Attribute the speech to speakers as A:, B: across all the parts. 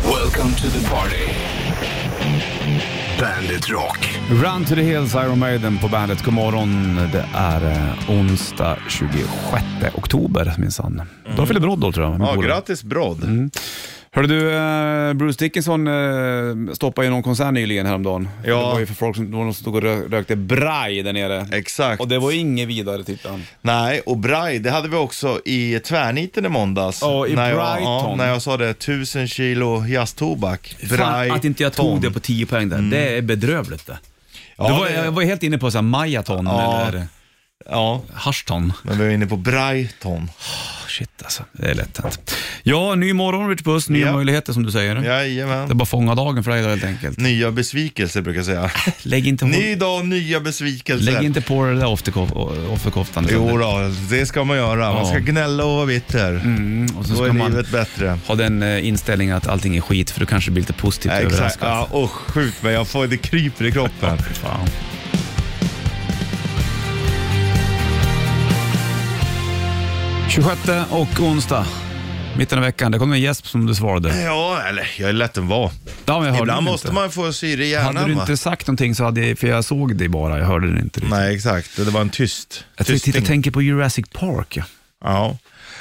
A: Welcome to the party. Bandit Rock.
B: Run to the Hills, Iron Maiden på bandet. God morgon. Det är eh, onsdag 26 oktober minsann. Då fyller Brodd då tror jag.
C: Ja,
B: Borde.
C: grattis Brodd.
B: Hörde du, eh, Bruce Dickinson eh, stoppade ju någon konsert nyligen häromdagen.
C: Ja.
B: Det var ju för folk som, det var någon som stod och rö- rökte braj där nere.
C: Exakt.
B: Och det var ju inget vidare tittan.
C: Nej, och braj, det hade vi också i tvärniten i måndags.
B: Ja, i
C: när jag,
B: Brighton.
C: när jag sa det, 1000 kilo jazztobak.
D: Fan,
C: Braj-
D: att inte jag
C: ton.
D: tog det på 10 poäng där, det är bedrövligt det.
C: Ja,
D: det var,
C: det-
D: Jag var helt inne på så här majaton
C: Ja.
D: eller
C: Ja,
D: haschton.
C: men vi var inne på brajton.
D: Oh, shit alltså, det är lätt hänt. Ja, ny morgon Rich Puss, nya
C: Ja.
D: möjligheter som du säger. Det är
C: Jajamän.
D: bara att fånga dagen för dig då, helt enkelt.
C: Nya besvikelser brukar jag säga.
D: Lägg inte på,
C: Ny dag, nya besvikelser.
D: lägg inte på det där offerkof- offerkoftan.
C: Jo då, det ska man göra. Man ska
D: Ja.
C: gnälla och vara bitter.
D: Mm, och så
C: Då
D: ska
C: är
D: man
C: livet bättre.
D: ha den eh, inställningen att allting är skit för du kanske blir lite positivt
C: Exakt.
D: överraskad.
C: Ja, usch, skjut mig. Jag får, det kryper i kroppen.
D: Fan. och onsdag, mitten av veckan. Det kom en gäsp som du svarade.
C: Ja, eller jag är lätt att vara.
D: Ja, men jag hörde
C: Ibland
D: den
C: måste
D: inte.
C: man få syre i hjärnan.
D: Hade du
C: va?
D: inte sagt någonting så hade jag, för jag såg dig bara, jag hörde det inte. riktigt.
C: Nej, exakt. Det var en tyst
D: jag tänkte-
C: tysting.
D: titta, tänker på Jurassic Park. Ja.
C: Ja.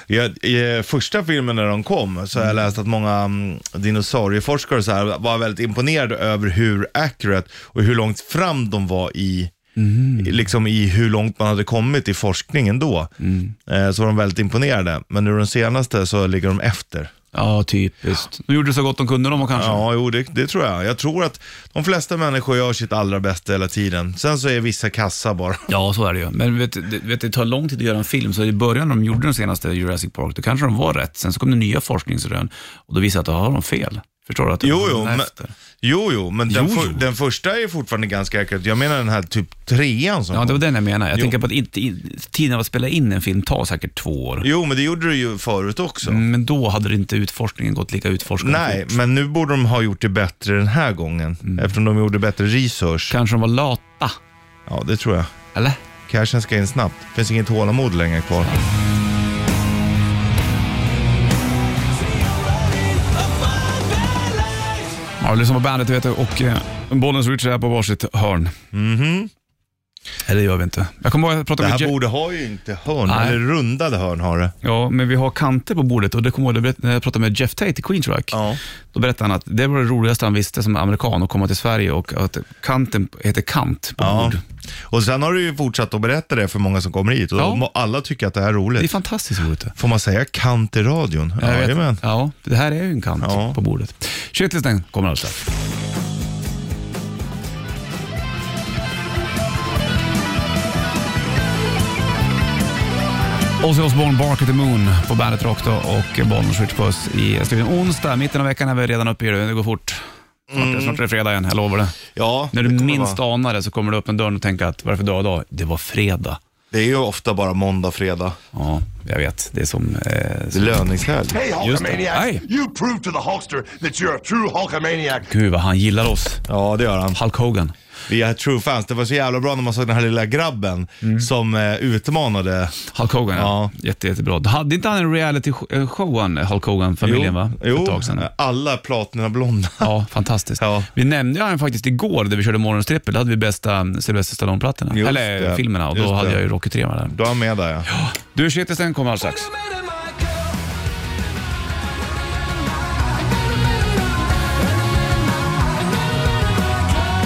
C: Jag, I första filmen när de kom så har jag läst att många mm, dinosaurieforskare så här, var väldigt imponerade över hur accurate och hur långt fram de var i
D: Mm.
C: i- Liksom i hur långt man hade kommit i forskningen då.
D: Mm.
C: Eh, Så var de väldigt imponerade. Men nu de senaste så ligger de efter.
D: ja, typiskt. De gjorde så gott de kunde de och kanske.
C: Ja, jo, det, det tror jag. Jag tror att de flesta människor gör sitt allra bästa hela tiden. Sen så är vissa kassa bara.
D: Ja, så är det ju. Men vet, du- det, vet, du, det tar lång tid att göra en film, så i början när de gjorde den senaste Jurassic Park, då kanske de var rätt. Sen så kom det nya forskningsrön och då visade att då har de fel. Förstår du? Att de
C: Jo,
D: har
C: jo,
D: den
C: men,
D: efter.
C: jo, jo, men den,
D: Jo,
C: för,
D: jo.
C: den första är fortfarande ganska accurate. Jag menar den här typ trean som
D: Ja, det var
C: kom.
D: den jag menar. Jag
C: Jo.
D: tänker på att inte, i- tiden av att spela in en film tar säkert två år.
C: Jo, men det gjorde du ju förut också.
D: Men då hade det inte utforskningen gått lika utforskande
C: Nej,
D: Mm. fort. Mm.
C: men nu borde de ha gjort det bättre den här gången. Eftersom de gjorde bättre research.
D: Kanske de var lata,
C: Ja, det tror jag.
D: eller?
C: Cashen ska in snabbt. finns inget tålamod längre kvar.
D: Ja, du lyssnar på bandet du vet du, och eh, Bollens Rich är på varsitt hörn. Nej, det gör vi inte. Jag kommer ihåg att jag
C: Mhm. Det
D: pratade med
C: här
D: Jack-
C: bordet har ju inte hörn,
D: Nej.
C: eller rundade hörn har det.
D: Ja, men vi har kanter på bordet och det kommer jag ihåg när jag pratade med Jeff Tate i Queens Rock.
C: Ja.
D: Då berättade han att det var det roligaste han visste som amerikan att komma till Sverige och att kanten heter kant på
C: ja.
D: bord.
C: Och sen har du ju fortsatt att berätta det för många som kommer hit och
D: Ja.
C: må- alla tycker att det här är roligt.
D: Det är fantastiskt roligt. det.
C: Får man säga kant i radion?
D: Jag vet-
C: Jajamän.
D: ja, det här är ju en kant
C: Ja.
D: på bordet. Shitlisten kommer alltså. Ozzy Osbourne, Bark at the Moon på Bandet Rock då och Bollnäs Rich Puss i studion. Onsdag, mitten av veckan är vi redan uppe i det. Det går fort. Snart, snart är det fredag igen, jag lovar det.
C: Ja,
D: När du
C: Mm. det kommer
D: minst
C: vara-
D: anar det så kommer du öppna dörren och tänka att varför dag idag? Det var fredag.
C: Det är ju ofta bara måndag, fredag.
D: Ja, jag vet. Det är som... Eh,
C: Det är
D: som
C: löningshelg.
A: Hey,
D: Just det. Hey.
A: Hulkamaniacs! You prove to the Hulkster that you're a true Hulkamaniac.
D: gud vad han gillar oss.
C: Ja, det gör han.
D: Hulk Hogan.
C: Vi är true fans. Det var så jävla bra när man såg den här lilla grabben
D: Mm.
C: som eh, utmanade.
D: Hulk Hogan, ja.
C: Ja.
D: Jätte, jättebra. Hade inte han en reality eh, show, han, Hulk Hogan-familjen, va? För
C: jo eh,
D: ett tag sedan.
C: alla platina blonda.
D: Ja, fantastiskt.
C: Ja.
D: Vi nämnde ju han faktiskt igår, där vi körde morgonstrippel. Då hade vi bästa eh, Sylvester Stallone-plattorna.
C: Just
D: Eller
C: det.
D: filmerna, och då
C: Just
D: hade
C: det.
D: jag ju Rocky 3 med där.
C: Du har med där ja.
D: Du, Shitlisten kommer alldeles strax.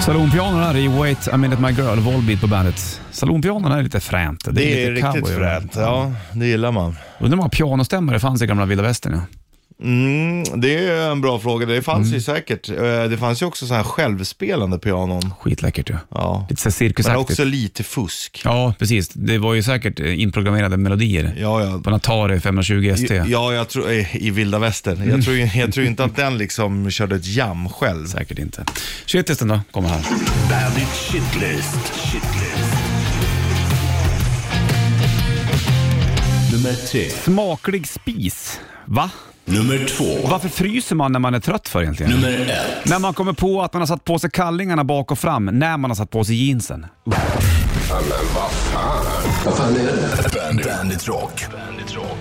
D: Salonpianon här i Wait a minute my girl, Volbeat på bandet. Salonpianon är lite fränt. Det är,
C: Det
D: lite
C: är riktigt
D: cowboy över
C: fränt. Ja, det gillar man.
D: Undrar hur många pianostämmare fanns i gamla vilda västern? ja.
C: Mm, det är en bra fråga. Det
D: Mm.
C: fanns ju säkert. Eh, Det fanns ju också så här självspelande pianon.
D: Skitläckert ju.
C: Ja.
D: Lite så här
C: Men
D: cirkusaktigt.
C: också lite fusk.
D: Ja, precis. Det var ju säkert eh, inprogrammerade melodier.
C: Ja, ja.
D: På en Atari 520 ST.
C: Ja, jag tror, eh, i vilda västern.
D: Mm.
C: Jag tror, ju- jag tror inte att den liksom körde ett jam själv.
D: Säkert inte. Shitlisten då, kommer här.
A: Bandit Shitlist. Shitlist. Nummer tre.
D: Smaklig spis. Va?
A: Nummer två.
D: Varför fryser man när man är trött för egentligen?
A: Nummer ett.
D: När man kommer på att man har satt på sig kallingarna bak och fram, när man har satt på sig jeansen.
A: Bandit, Bandit Rock. Bandit Rock.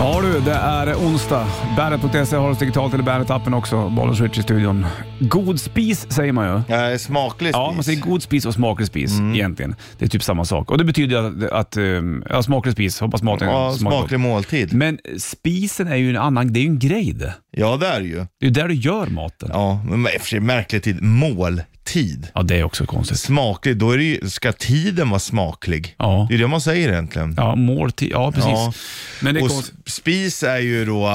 D: Ja du, det är onsdag. Bandet.se har oss digitalt eller Bandet-appen också. Bollers Rich i studion. God spis säger man ju.
C: Nej, smaklig
D: Ja, man säger god spis och smaklig spis
C: Mm.
D: egentligen. Det är typ samma sak. Och det betyder ju att, att ehm, ja, smaklig spis, hoppas maten
C: Ja,
D: smakar gott.
C: smaklig måltid.
D: Men spisen är ju en annan, det är ju en grej det.
C: Ja, det är det ju.
D: Det är ju där du gör maten. Ja,
C: Ja, men i och för sig märklig tid. Måltid.
D: det är också konstigt.
C: Smaklig, då är det ju, ska tiden vara smaklig.
D: Ja.
C: Det är det man säger egentligen.
D: Ja, måltid, ja precis.
C: Ja.
E: Men det är
C: Och
E: konstigt.
C: s- spis är ju då, eh,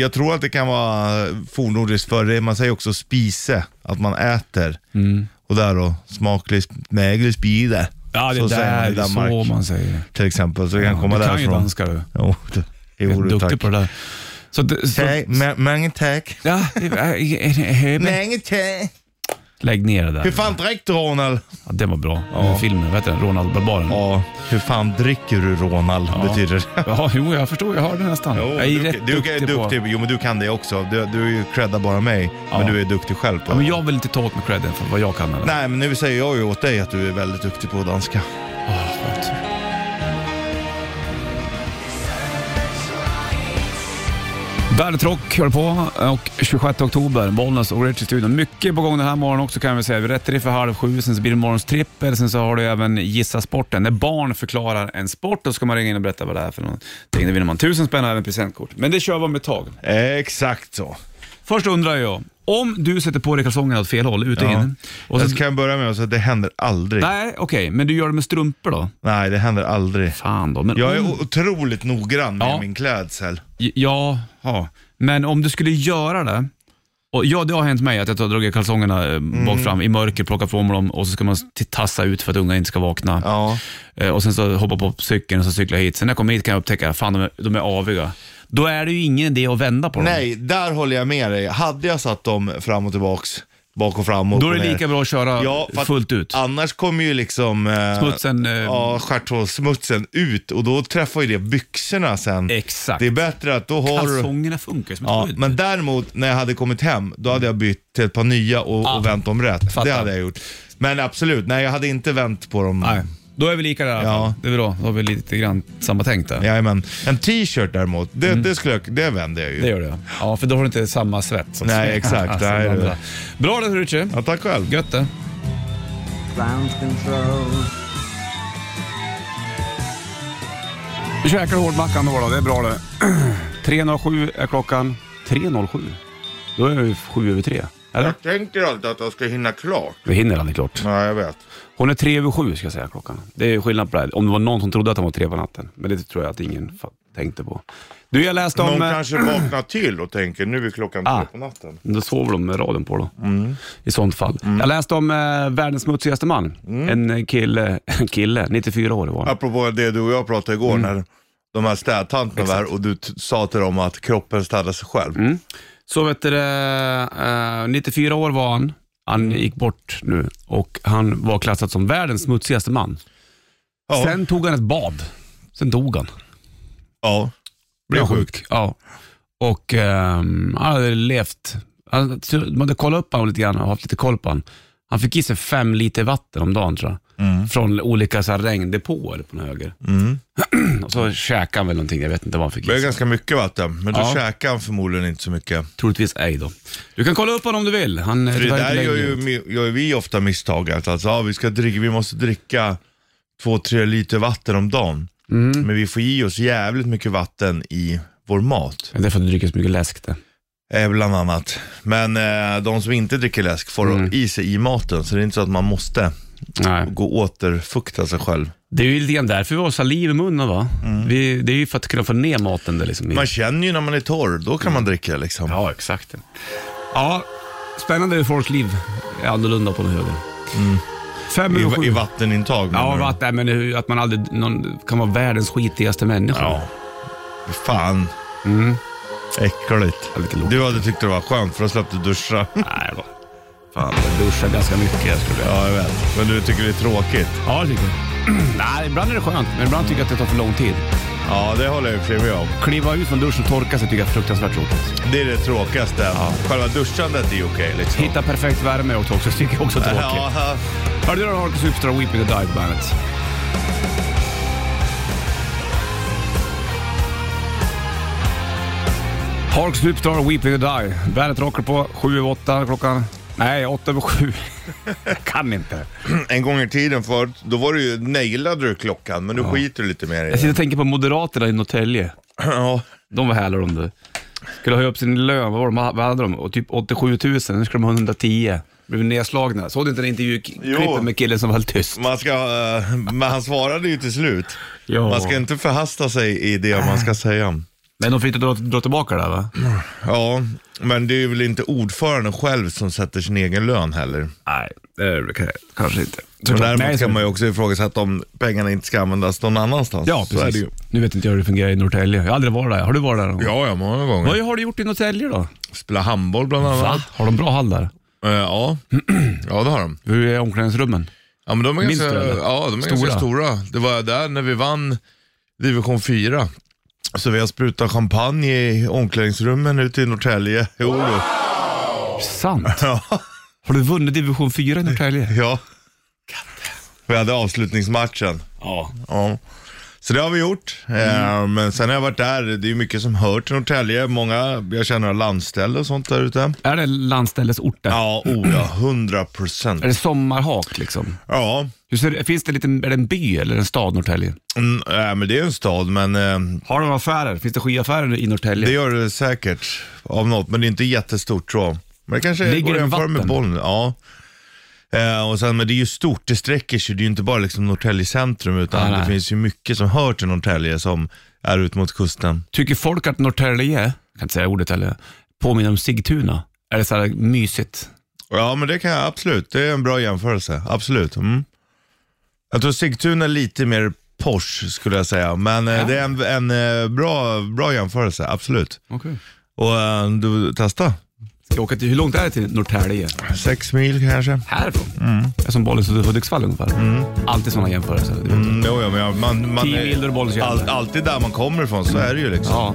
C: jag tror att det kan vara fornnordiskt för det, man säger också spise, att man äter.
D: Mm.
C: Och där då, smaklig, smäglig spide.
D: Ja, det
C: så
D: där
C: säger man i
D: är
C: Danmark
D: så man säger.
C: till exempel, så det kan
D: Ja,
C: komma
D: du kan ju
C: därifrån.
D: danska du.
C: Jo, det-
D: Du
C: jo,
D: är
C: du,
D: duktig
C: tack.
D: på det där. Så, det- så,
C: Tack, ma- Mange tack.
D: ja, men-
C: Mange tack.
D: lägg ner det
C: Hur
D: där.
C: fan dricker du Ronald?
D: Ja, den var bra. Den Filmen, vad heter den? Ronald Barbaren.
C: Ja, hur fan dricker du Ronald betyder det.
D: Ja, jo, jag förstår. Jag hörde nästan.
C: Jo,
D: jag är
C: du,
D: rätt
C: du,
D: duktig,
C: är duktig.
D: på...
C: Jo, men du kan det också. Du, du är ju creddar bara mig,
D: Ja.
C: men du är duktig själv på
D: Ja,
C: det.
D: men jag vill inte ta åt mig credden för vad jag kan. Eller?
C: Nej, men nu säger jag ju åt dig att du är väldigt duktig på danska.
D: Åh, skönt. Bandet Rock hör på och 26 oktober, Bollnäs och Rich i studion. Mycket på gång den här morgonen också kan vi säga. Vi rätt riff för halv sju, sen så blir det morgonstrippel, sen så har du även Gissa Sporten. När barn förklarar en sport, då ska man ringa in och berätta vad det är för någonting. Då vinner man tusen spänn och även presentkort. Men det kör vi om ett tag.
C: Exakt så.
D: Först undrar jag, om du sätter på dig kalsongerna åt fel håll, ut och in. Och
C: jag
D: så,
C: kan börja med att säga att det händer aldrig. Nej.
D: nej, okej, men du gör det med strumpor då?
C: det händer aldrig.
D: Fan då. Men
C: Jag är
D: om-
C: o- otroligt noggrann med
D: Ja.
C: min klädsel.
D: Ja, ja. men om du skulle göra det. Och ja, det har hänt mig att jag tar och drar kalsongerna eh,
C: Mm.
D: bak fram i mörker, plockar på mig dem och så ska man t- tassa ut för att ungarna inte ska vakna.
C: Ja.
D: Eh, Och sen så hoppar på cykeln och så cyklar jag hit. Sen när jag kommer hit kan jag upptäcka, fan de är, de är aviga. Då är det ju ingen idé att vända på dem.
C: Nej, där håller jag med dig. Hade jag satt dem fram och tillbaks, bak och fram och
D: Då är
C: upp och
D: det
C: ner.
D: lika bra att köra
C: Ja, för att
D: fullt ut.
C: Annars kommer ju liksom eh,
D: Smutsen, eh,
C: ja, stjärthålssmutsen ut och då träffar ju det byxorna sen.
D: Exakt.
C: Det är bättre att då har du...
D: Kalsongerna funkar ju som ett
C: Ja,
D: skydd.
C: men däremot när jag hade kommit hem, då hade jag bytt till ett par nya och, och vänt dem rätt.
D: Ah, Fattar.
C: Det hade jag gjort. Men absolut, nej jag hade inte vänt på dem.
D: Nej, då är vi lika där i alla
C: Ja.
D: fall. Det är bra, då har vi lite grann samma tänk där.
C: Jajamän. En t-shirt däremot, det, det, skulle jag, det vänder jag ju.
D: Mm. Det gör det. Ja, för då har du inte samma svett. Så att
C: Nej,
D: säga.
C: exakt.
D: Som
C: Nej, det-
D: andra. Bra det, Richie.
C: Ja, tack själv.
D: Gött det.
F: ground control.
D: Du käkar hårdmackan då, då. Det är bra det. 3.07 är klockan. 3.07? Då är vi sju över tre. Eller?
C: tänker alltid att jag ska hinna klart.
D: Vi hinner aldrig klart.
C: Ja, jag vet.
D: Hon är tre över sju ska jag säga klockan. Det är skillnad på det här. Om det var någon som trodde att han var tre på natten. Men det tror jag att ingen fa- tänkte på. Du, jag läste om... eh,
C: vaknar till och tänker nu är klockan
D: Ah.
C: natten.
D: Då sover de med radion på då. I sånt fall. Jag läste om eh, världens smutsigaste man. En eh, kille, en kille, 94 år var han.
C: Apropå det du och jag pratade igår
D: Mm.
C: när de här städtanterna var här och du t- sa till dem att kroppen städar sig själv.
D: Mm. Så vet du, det, eh, 94 år var han. Han gick bort nu och han var klassad som världens smutsigaste man.
C: Ja.
D: Sen tog han ett bad. Sen dog han.
C: Ja.
D: Blev sjuk. Ja. Och ehm, han hade levt... Han, de hade kollat upp honom lite grann och haft lite koll på honom. Han fick i sig fem liter vatten om dagen tror jag.
C: Mm.
D: Från olika så här, regndepåer på den höger. och så käkade han väl någonting, jag vet inte vad han fick i
C: Det är
D: sig.
C: ganska mycket vatten, men då
D: Ja.
C: käkar han förmodligen inte så mycket.
D: Troligtvis ej då. Du kan kolla upp honom om du vill. Han, eh,
C: För det
D: tyvärr
C: där
D: inte
C: gör
D: längre.
C: ju, mi- gör ju vi ofta misstaget. Alltså, ja, vi, ska dricka, vi måste dricka två, tre liter vatten om dagen.
D: Mm.
C: Men vi får i oss jävligt mycket vatten i vår mat,
D: Ja, Det är för att du dricker så mycket läsk det.
C: eh, bland annat. Men eh, de som inte dricker läsk får
D: Mm.
C: i sig i maten, så det är inte så att man måste
D: Nej.
C: gå och återfukta sig själv.
D: Det är ju lite grann därför vi har saliv i munnen va? Vi, det är ju för att kunna få ner maten där liksom. i-
C: Mm. Man känner ju när man är torr, då kan man dricka liksom.
D: Ja, exakt. Ja, spännande hur folks liv är annorlunda på den höger. Mm. Fem över
C: I, I
D: sju.
C: vattenintag. menar
D: Ja,
C: du?
D: vatt, nej, men hur, att man aldrig någon, kan vara världens skitigaste människa.
C: Ja. Fan. Mm. Äckligt.
D: Ja, lite lågt.
C: Du hade tyckt det var skönt för då slapp du duscha.
D: Nej, då. Fan, jag duschar ganska mycket. Jag skulle
C: Ja, jag vet. Men du tycker det är tråkigt.
D: Ja, det tycker jag. nej, ibland är det skönt, men ibland tycker jag att det tar för lång tid.
C: Ja, det håller jag i och för sig med om.
D: Kliva ut från duschen och torka sig tycker jag är fruktansvärt tråkigt.
C: Det är det tråkigaste. Själva duschandet är ju okej liksom.
D: Hitta perfekt värme och också tycker jag också är tråkigt.
C: Ja, ja.
D: Hörde du Harkus Superstar Weeping the Dive Bandet? Hark Superstar, Weep Will You Die. Bandet rockar på 7 över 8 klockan. Nej, 8 över 7. kan inte.
C: En gång i tiden förut, då var det ju, nailade du klockan, men nu skiter du lite mer i
D: Jag
C: det.
D: sitter och tänker på Moderaterna i Norrtälje.
C: Ja.
D: De var härliga de du. Skulle höja upp sin lön, vad, var de, vad hade de? Och typ 87 000, nu skulle de ha 110. Blev nedslagna. Såg du inte den
C: Jo.
D: intervjuklippen med killen som var helt tyst?
C: Man ska, eh, men han svarade ju till slut.
D: Ja.
C: Man ska inte förhasta sig i det man ska säga.
D: Men de fick inte dra, dra tillbaka det där va?
C: Ja, men det är väl inte ordföranden själv som sätter sin egen lön heller.
D: Nej, det är det k- kanske inte.
C: Men däremot
D: så-
C: kan man ju också ifrågasätta om pengarna inte ska användas någon annanstans.
D: Ja,
C: Så är det
D: precis.
C: ju.
D: Nu vet inte jag hur det fungerar i Norrtälje. Jag har aldrig varit där. Har du varit där någon gång?
C: Ja, ja, många gånger.
D: Vad har du gjort i Norrtälje då?
C: Spela handboll bland annat.
D: Har de bra hall där?
C: Eh, ja. ja, det har de.
D: Hur är omklädningsrummen?
C: Ja, men de är
D: Minns
C: ganska,
D: du det, eller?
C: ja, de är
D: Stora.
C: ganska stora. Det var där när vi vann division 4. Så vi har sprutat champagne i omklädningsrummen ute i Norrtälje. Jo, då.
D: Sant? Har du vunnit division 4 i Norrtälje?
C: ja. Vi hade avslutningsmatchen.
D: Ja.
C: Ja. Så det har vi gjort.
D: Mm.
C: Eh, men sen har jag varit där, det är ju mycket som hör till Norrtälje. Många, jag känner några landställe och sånt där ute.
D: Är det landställesorter?
C: Ja, oh ja, 100 procent.
D: Är det sommarhak liksom?
C: Ja,
D: Hur ser, det- finns det lite, är det en by eller en stad Norrtälje?
C: mm, eh, men det är en stad, men eh,
D: Har de affärer? Finns det skiaffärer i Norrtälje?
C: det gör det säkert av något. Men det är inte jättestort tror jag. Men det kanske
D: Ligger
C: går
D: det
C: att
D: vid
C: jämföra med
D: vatten?
C: bollen. Ja. Eh, och sen, men det är ju stort, det sträcker sig. Det är ju inte bara liksom Norrtälje centrum, utan
D: Nej,
C: det
D: nej.
C: finns ju mycket som hör till Norrtälje som är ut mot kusten.
D: Tycker folk att Norrtälje, jag kan inte säga ordet heller, påminner om Sigtuna? Är det så här mysigt?
C: Ja, men det kan jag absolut. Det är en bra jämförelse. Absolut. Mm. Jag tror Sigtuna är lite mer Porsche skulle jag säga, men eh, det är en, en eh, bra, bra jämförelse, absolut.
D: Okay.
C: Och eh, du, testa.
D: Ska jag åka till, hur långt är det till Norrtälje?
C: Sex mil kanske.
D: Härifrån?
C: Mm.
D: Det är som bollen till Hudiksvall ungefär. Alltid sådana jämförelser. du vet.
C: Mm, jo, ja, men jag- man, man,
D: Tio mil, då är det Bollnäs igen.
C: all, Alltid där man kommer ifrån, så är det ju liksom.
D: Ja.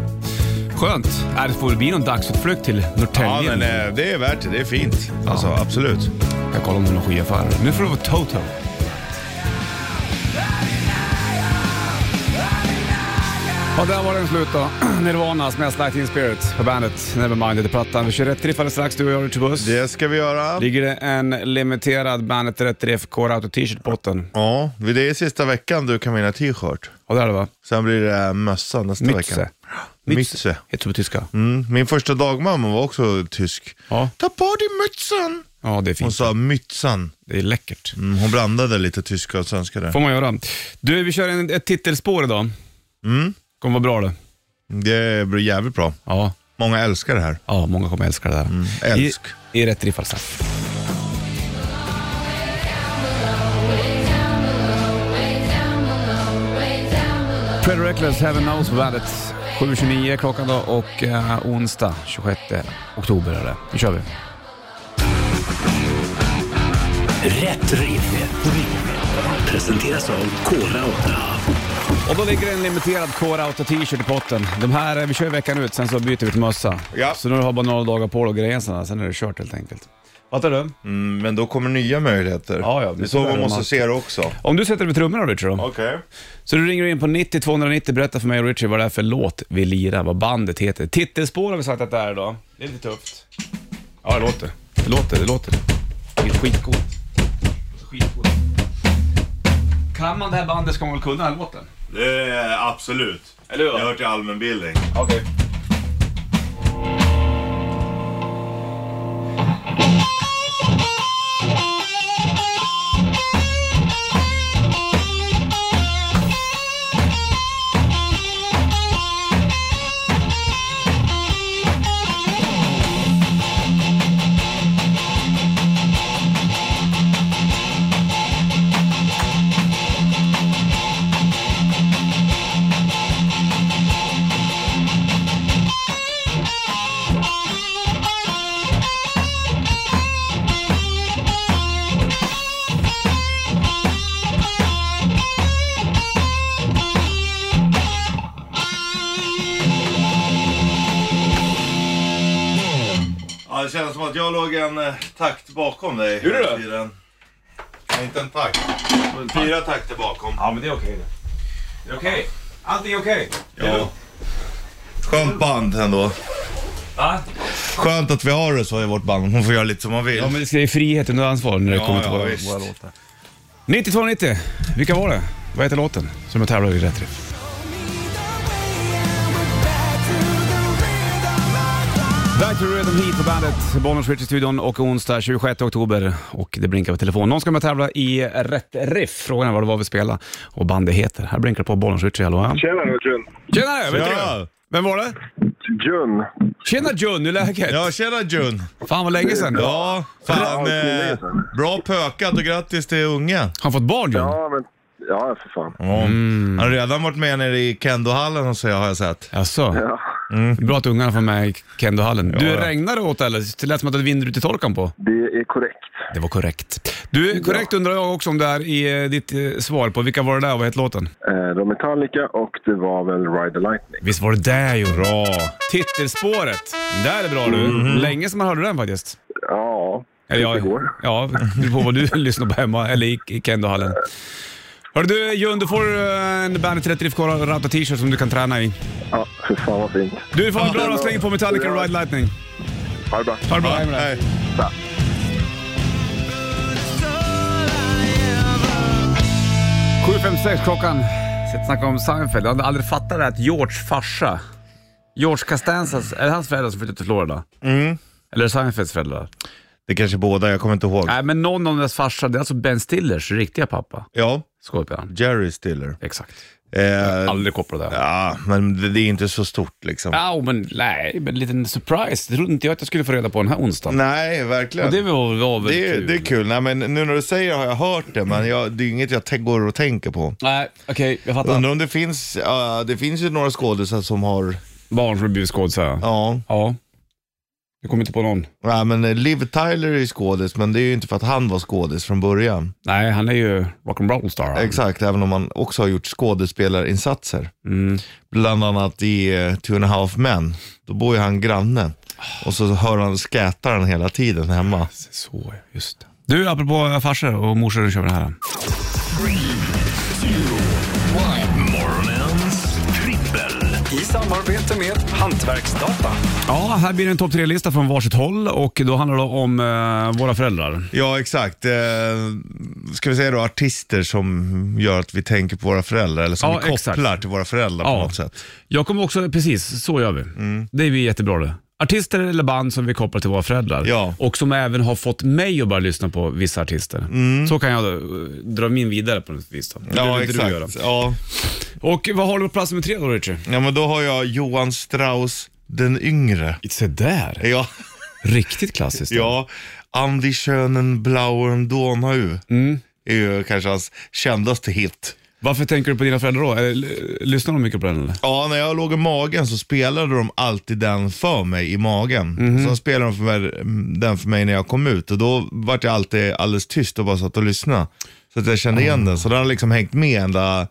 D: Skönt. Äh, det får bli någon dagsutflykt till
C: Ja,
D: Norrtälje.
C: men eh, det är värt det. Det är fint. Alltså, absolut.
D: Jag kollar om det är någon skiaffär. Nu får det vara Toto. Och där var den slut då. Nirvana, Smells Like Teen Spirit på bandet Nevermind heter plattan. Vi kör rätt riff alldeles strax, du och jag Richard Buss.
C: Det ska vi göra.
D: Ligger det en limiterad bandet Rätt Riff Core Auto t-shirt på botten?
C: Ja, det är sista veckan du kan vinna t-shirt.
D: Ja, det är det va?
C: Sen blir det eh, mössa nästa vecka.
D: Mütze.
C: Mütze.
D: Heter det på tyska?
C: Mm. Min första dagmamma var också tysk.
D: Ja.
C: Ta på dig mützen!
D: Ja, det är
C: Hon
D: fint.
C: sa mytsan.
D: Det är läckert.
C: Mm, hon blandade lite tyska och svenska där.
D: får man göra. Du, vi kör en, ett titelspår idag. Mm. Kommer vara bra det.
C: Det blir jävligt bra.
D: Ja.
C: Många älskar det här.
D: Ja, många kommer älska det där.
C: älsk.
D: I, i rätt riff alltså. Pretty Reckless, Heaven Knows på bandet. 7.29 klockan då och eh, onsdag 26 oktober är det. Nu kör vi.
G: Rätt riff. Presenteras av Kora 8.
D: Och då ligger det en limiterad Core Auto t-shirt i potten. De här, eh, vi kör veckan ut, sen så byter vi till mössa.
C: Ja.
D: Så nu har du bara några dagar på dig att greja sådana, sen är det kört helt enkelt. Fattar du?
C: Mm, men då kommer nya möjligheter.
D: Ja, ja,
C: det är
D: det
C: så
D: tror jag
C: man måste
D: de
C: se det också.
D: Om du sätter dig vid trummorna Richard då?
C: Okej.
D: Så du ringer in på 90 290 berätta för mig och Richard vad det är för låt vi lirar, vad bandet heter. Titelspår har vi sagt att det är idag. Det är lite tufft. Ja, det låter. Det låter, det låter. Det är skitcoolt. Skitcoolt. Kan man det här bandet ska man väl kunna den här låten?
C: absolut.
D: Eller hur? Jag hör
C: till allmänbildning.
D: Okej.
C: Ja, det kändes som att jag låg en eh, takt bakom dig.
D: Gjorde
C: hela
D: du?
C: tiden. Nej, inte en takt. Fyra takter bakom.
D: Ja, men det är okej det. Det är okej. Allting är okej.
C: Skönt band ändå. Skönt att vi har det så i vårt band. Hon får göra lite som hon vill.
D: Ja, men det är friheten du har ansvar när det
C: Ja,
D: kommer till
C: ja,
D: våra,
C: visst.
D: våra låtar. 9290, vilka var det? Vad heter låten som jag tävlar i Rätt Riff? Back to Rhythm Heat på bandet, Bonniers Rich i studion och onsdag 26 oktober och det blinkar på telefon. Någon ska med och tävla i Rätt Riff. Frågan är vad det var vi spelade och bandet heter. Här blinkar det på Bonniers Rich, hallå ja.
H: Tjena Jun.
D: Tjenare, vet
C: Ja.
D: du? Vem var det?
H: Jun.
D: Tjena John, hur är läget?
C: Ja, tjena Jun.
D: Fan vad länge sedan.
C: Ja, fan.
H: Ja,
C: Eh, bra pökat och grattis till ungen.
D: Har han fått barn John?
H: Ja, men... Ja, för fan.
C: Ja.
D: Mm.
C: Han har redan varit med nere i Kendohallen och så har jag sett.
D: Jaså? Bra att ungarna får med i Kendohallen. Du,
C: Ja, ja.
D: regnade det åt eller? Det lät som att du hade vindrutetorkan på.
H: Det är korrekt.
D: Det var korrekt. Du, korrekt undrar jag också om det här i eh, ditt eh, svar på vilka var det där och vad hette låten?
H: Eh, det var Metallica och det var väl Ride the Lightning.
D: Visst var det där ju? Bra! Titelspåret. Det där är bra du. Länge som man hörde den faktiskt.
H: Ja,
D: Eller ja,
H: igår.
D: ja, det beror på vad du lyssnar på hemma eller i, i Kendohallen. Hörru du Jun, du får eh, en Bandet 30 IFK Rauta t-shirt som du kan träna i.
H: Ja, för fan vad fint.
D: Du får en bra dag, släng på Metallica och Ride Lightning.
H: Ha det bra.
D: Ha det bra, hej med dig.
C: Nej.
D: Sju, fem, sex klockan. Sitter och snackar om Seinfeld. Jag hade aldrig fattat det här att George farsa, George Costanzas, är det hans föräldrar som flyttade till Florida?
C: Mm.
D: Eller är det Seinfelds föräldrar?
C: Det kanske är båda, jag kommer inte ihåg.
D: Nej, men någon av deras farsa, det är alltså Ben Stillers riktiga pappa.
C: Ja,
D: Skådespelaren.
C: Jerry Stiller.
D: Exakt.
C: Eh,
D: Aldrig kopplat det.
C: ja, men det, det är inte så stort liksom.
D: Ja, men nej, men en liten surprise. Det trodde inte jag att jag skulle få reda på den här onsdagen.
C: Nej,
D: Och
C: verkligen.
D: det var, var väl
C: Det är,
D: kul.
C: det är kul. Nej, men nu när du säger det har jag hört det, men jag, det är inget jag tän- går och tänker på.
D: Nej, okej, jag fattar.
C: Undrar om det finns, ja, det finns ju några skådisar som har,
D: Barn som blir skådisar. Ja.
C: ja,
D: ja. Jag kommer inte på någon.
C: nej, men eh, Liv Tyler är ju skådis, men det är ju inte för att han var skådis från början.
D: Nej, han är ju rock'n'roll star. han.
C: Exakt, även om han också har gjort skådespelarinsatser.
D: Mm.
C: Bland annat i eh, Two and a half men. Då bor ju han granne. Och så hör han skätaren hela tiden hemma.
D: Så, just det. Du, apropå farsor och morsor, då kör vi den här.
G: Morgonens trippel.
I: I samarbete med Hantverksdata.
D: Ja, här blir det en topp tre-lista från varsitt håll och då handlar det om eh, våra föräldrar.
C: Ja, exakt. Eh, ska vi säga då artister som gör att vi tänker på våra föräldrar, eller som
D: Ja,
C: vi kopplar
D: exakt.
C: till våra föräldrar på något sätt.
D: Jag kommer också, precis, så gör vi.
C: Mm.
D: Det är vi jättebra det. Artister eller band som vi kopplar till våra föräldrar
C: Ja.
D: och som även har fått mig att börja lyssna på vissa artister. Så kan jag då, eh, dra min vidare på något vis. Då. Det
C: Mm. Ja,
D: behöver inte du göra.
C: exakt. Ja.
D: Och vad har du på plats nummer tre då, Richie?
C: ja, men då har jag Johan Strauss den yngre.
D: Se där!
C: Ja,
D: Riktigt klassiskt.
C: ja. Andi Schönen Blauen Donau
D: Mm.
C: är ju kanske hans kändaste hit.
D: Varför tänker du på dina föräldrar då? Eller, l- Lyssnar de mycket på den eller?
C: Ja, när jag låg i magen så spelade de alltid den för mig i magen. Så spelade de för mig, den för mig när jag kom ut och då vart jag alltid alldeles tyst och bara satt och lyssnade. Så att jag kände igen den. Så den har liksom hängt med ända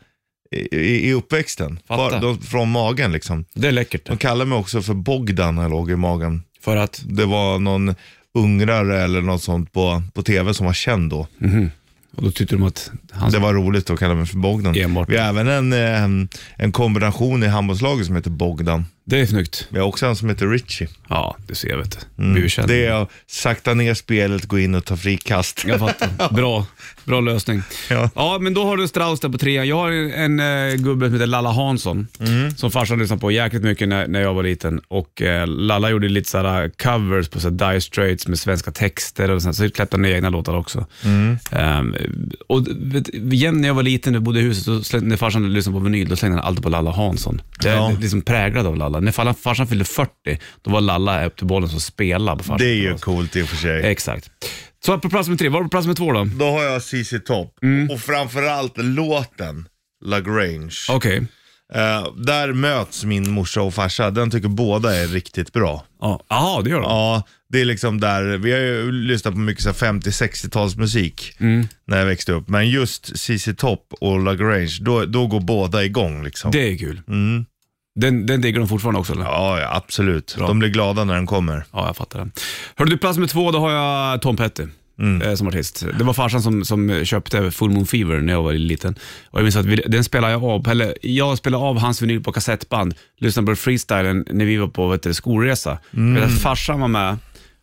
C: i, i, i uppväxten.
D: Fattar.
C: Bara- de, från magen liksom.
D: Det är läckert.
C: De kallade mig också för Bogdan när jag låg i magen.
D: För att?
C: Det var någon ungrare eller något sånt på, på tv som var känd då.
D: Och då tyckte de att han...
C: Det var roligt att kalla mig för Bogdan.
D: Enbart.
C: Vi har även en, eh, en kombination i handbollslaget som heter Bogdan.
D: Det är snyggt.
C: Vi har också en som heter Richie.
D: Ja, du ser vet du. Mm. Blir
C: Det är att sakta ner spelet, gå in och ta frikast.
D: Jag fattar. Bra. Bra lösning. Ja.
C: Ja.
D: men då har du Strauss där på trean. Jag har en eh, gubbe som heter Lalla Hansson,
C: Mm.
D: som farsan lyssnade på jäkligt mycket när, när jag var liten. Och eh, Lalla gjorde lite sådär covers på sådär Dire Straits med svenska texter och sånt. Så kläppte han ner egna låtar också.
C: Mm.
D: Ehm, och vet, igen när jag var liten och bodde i huset, så släng, när farsan lyssnade på vinyl, då slängde han alltid på Lalla Hansson. Jag är
C: Ja.
D: liksom präglad av Lalla. När farsan, farsan fyllde 40, då var Lalla upp till bollen som spelade på farsan.
C: Det är ju coolt i och för sig.
D: Exakt. Så på plats med tre, var på plats med två då?
C: Då har jag CC Topp
D: Mm.
C: och framförallt låten Lagrange.
D: Okej.
C: Eh, där möts min morsa och farsa. Den tycker båda är riktigt bra.
D: Ja, Jaha, det gör de.
C: Ja, det är liksom där, vi har ju lyssnat på mycket så här 50-60-talsmusik
D: Mm.
C: när jag växte upp. Men just CC Topp och Lagrange, då, då går båda igång liksom.
D: Det är kul. Den, den digger de fortfarande också eller?
C: Ja, ja, absolut. De blir glada när den kommer.
D: Ja, jag fattar det. Hörde du, plats med två, då har jag Tom Petty.
C: Mm.
D: eh, som artist. Det var farsan som, som köpte Full Moon Fever när jag var liten. Och jag minns att vi, den spelade jag av, eller jag spelade av hans vinyl på kassettband, lyssnade på freestylen när vi var på vet du, skolresa. Jag
C: Mm.
D: vet att Farsan var med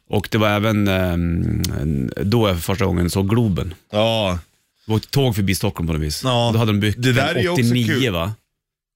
D: och det var även eh, då jag för första gången såg Globen.
C: Ja,
D: Vi åkte tåg förbi Stockholm på något vis.
C: Ja.
D: Då hade de byggt
C: Det där är
D: den
C: ju också
D: 89
C: kul.
D: va?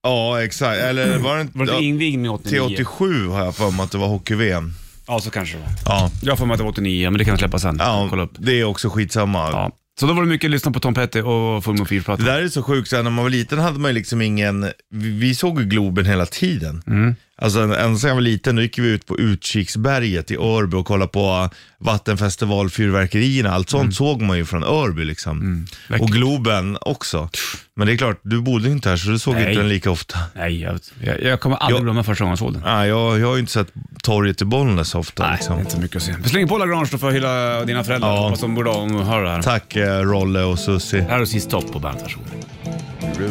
C: ja exakt. Eller var det
D: Var det
C: inte...
D: invigning 89?
C: Till 87 har jag för mig att det var hockey-VM.
D: Ja, så kanske det var.
C: Ja.
D: Jag har för mig att det var 89, men det kan jag släppa sen. Kolla
C: ja,
D: upp.
C: det är också skitsamma.
D: Ja. Så då var det mycket att lyssna på Tom Petty och Full Moon
C: Det
D: Fever-plattan.
C: där är så sjukt, så här, när man var liten hade man ju liksom ingen, vi, vi såg ju Globen hela tiden.
D: Mm.
C: Alltså en- ända sedan jag var liten, då gick vi ut på Utkiksberget i Örby och kollade på vattenfestival, fyrverkerierna, allt sånt såg man ju från Örby liksom. och
D: Mm. verkligen.
C: Globen också. Men det är klart, du bodde ju inte här så du såg
D: Nej.
C: inte den lika ofta.
D: Nej, jag, jag, jag kommer aldrig
C: Jag-
D: glömma första gången jag såg den.
C: Nej, jag, jag har ju inte sett torget i Bollnäs så ofta
D: Nej, det är
C: liksom.
D: inte så mycket att se. Vi slänger på Lagrange då för att hylla dina föräldrar.
C: Ja.
D: Hoppas de borde omhöra det här.
C: Tack eh, Rolle och Susie.
D: Här är sist topp på bandet, varsågod.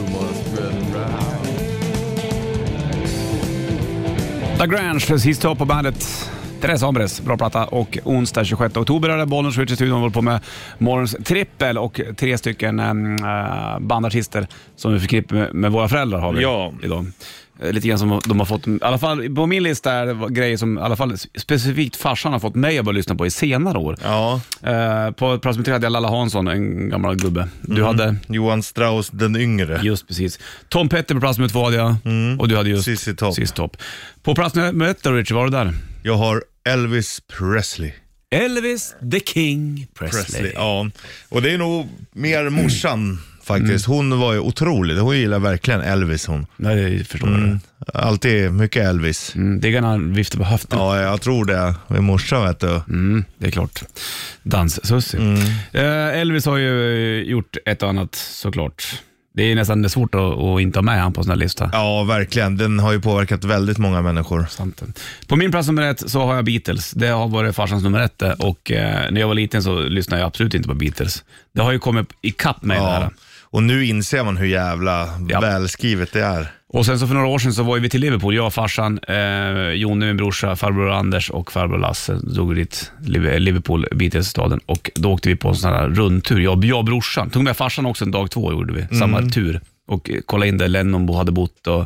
D: Lagrange, sist topp på bandet. Therese Ambres, bra platta. Och onsdag 26 oktober är det Bollnäs Richard Studion håller på med morgons trippel och tre stycken em, eh, bandartister som vi förknippar med, med våra föräldrar har vi
C: Ja.
D: idag. Eh, Lite grann som de har fått, i alla fall på min lista är det grejer som i alla fall specifikt farsan har fått mig att börja lyssna på i senare år.
C: Ja,
D: Eh, på plats nummer tre hade jag Lalla Hansson, en gammal gubbe.
C: Mm.
D: Du hade,
C: Johan Strauss den yngre.
D: just precis, Tom Petty på plats nummer två hade jag. Och du hade just
C: Mm. Sissi Topp.
D: Sissi Topp. På plats nummer ett då Richard, var du där?
C: Jag har Elvis Presley.
D: Elvis the King Presley.
C: Presley. Ja, och det är nog mer morsan faktiskt. Hon var ju otrolig. Hon gillar verkligen Elvis hon.
D: Nej, jag förstår mm. det.
C: Alltid mycket Elvis.
D: Mm, det är gärna han viftar på höften.
C: Ja, jag tror det. Med morsan vet du.
D: Mm, det är klart. Danssussi.
C: Mm.
D: Eh, Elvis har ju eh, gjort ett och annat såklart. Det är nästan svårt att, att inte ha med han på sån här lista.
C: Ja, verkligen. Den har ju påverkat väldigt många människor.
D: Sant. På min plats nummer ett så har jag Beatles. Det har varit farsans nummer ett det. och eh, när jag var liten så lyssnade jag absolut inte på Beatles. Det har ju kommit ikapp mig det
C: Ja.
D: här.
C: Och nu inser man hur jävla
D: Ja.
C: välskrivet det är.
D: Och sen så för några år sedan så var ju vi till Liverpool, jag, farsan, eh, Jonny, min brorsa, farbror Anders och farbror Lasse. Då drog vi dit, Liv- Liverpool, Beatles-staden och då åkte vi på en sån här rundtur, jag, jag och brorsan. Tog med farsan också en dag två gjorde vi, samma tur. Och eh, kollade in där Lennon bo- hade bott och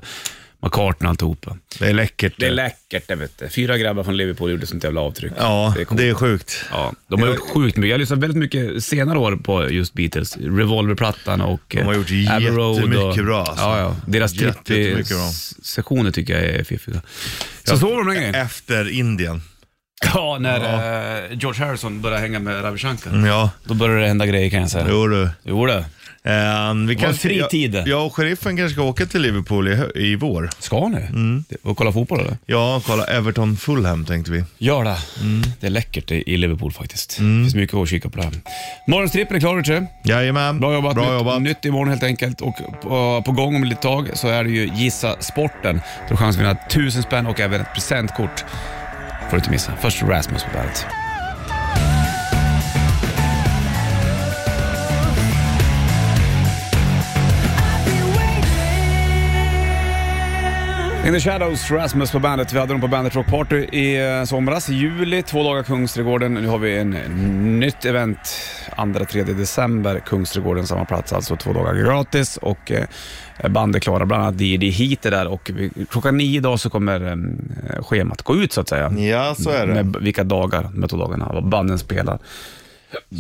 D: McCartney och alltihopa.
C: Det är läckert.
D: Det är läckert det vet du. Fyra grabbar från Liverpool gjorde sånt jävla avtryck.
C: Ja,
D: coolt.
C: det är sjukt.
D: Ja, de har gjort sjukt mycket. Jag har lyssnat väldigt mycket senare år på just Beatles. Revolverplattan och
C: De har gjort
D: eh, Abbey Road
C: jättemycket
D: och,
C: bra, alltså.
D: Ja, ja. Deras
C: Jätte- jättemycket bra.
D: trippy-sessioner tycker jag är fiffiga. Så så var de den grejen.
C: Efter Indien.
D: Ja, när eh, George Harrison började hänga med Ravi Shankar.
C: Mm, Ja,
D: Då började det hända grejer kan jag säga.
C: jo du.
D: Jo det.
C: Ehm, vi
D: var fri tid.
C: Jag, jag och sheriffen kanske ska åka till Liverpool i, hö- i vår.
D: Ska ni?
C: Mm.
D: Och kolla fotboll eller?
C: Ja, kolla Everton Fulham tänkte vi.
D: Gör det.
C: Mm.
D: Det är läckert i i Liverpool faktiskt. Det finns mycket att kika på där. Morgonstrippen är klar Richard.
C: Jajamän.
D: Bra jobbat.
C: Bra
D: nytt,
C: jobbat.
D: nytt imorgon helt enkelt. Och på, på gång om lite tag så är det ju Gissa Sporten. Då har du chans att vinna tusen spänn och även ett presentkort. får du inte missa. Först Rasmus på bandet. In the Shadows, Rasmus på bandet. Vi hade dem på Bandet Rock Party i eh, somras, i juli, två dagar Kungsträdgården. Nu har vi en nytt event, 2-3 december, Kungsträdgården, samma plats alltså, två dagar gratis och eh, band är klara, bland annat D&D Heat är där och vi, klockan nio idag så kommer eh, schemat gå ut så att säga.
C: Ja, så är det.
D: Med vilka dagar, med två dagarna, vad banden spelar.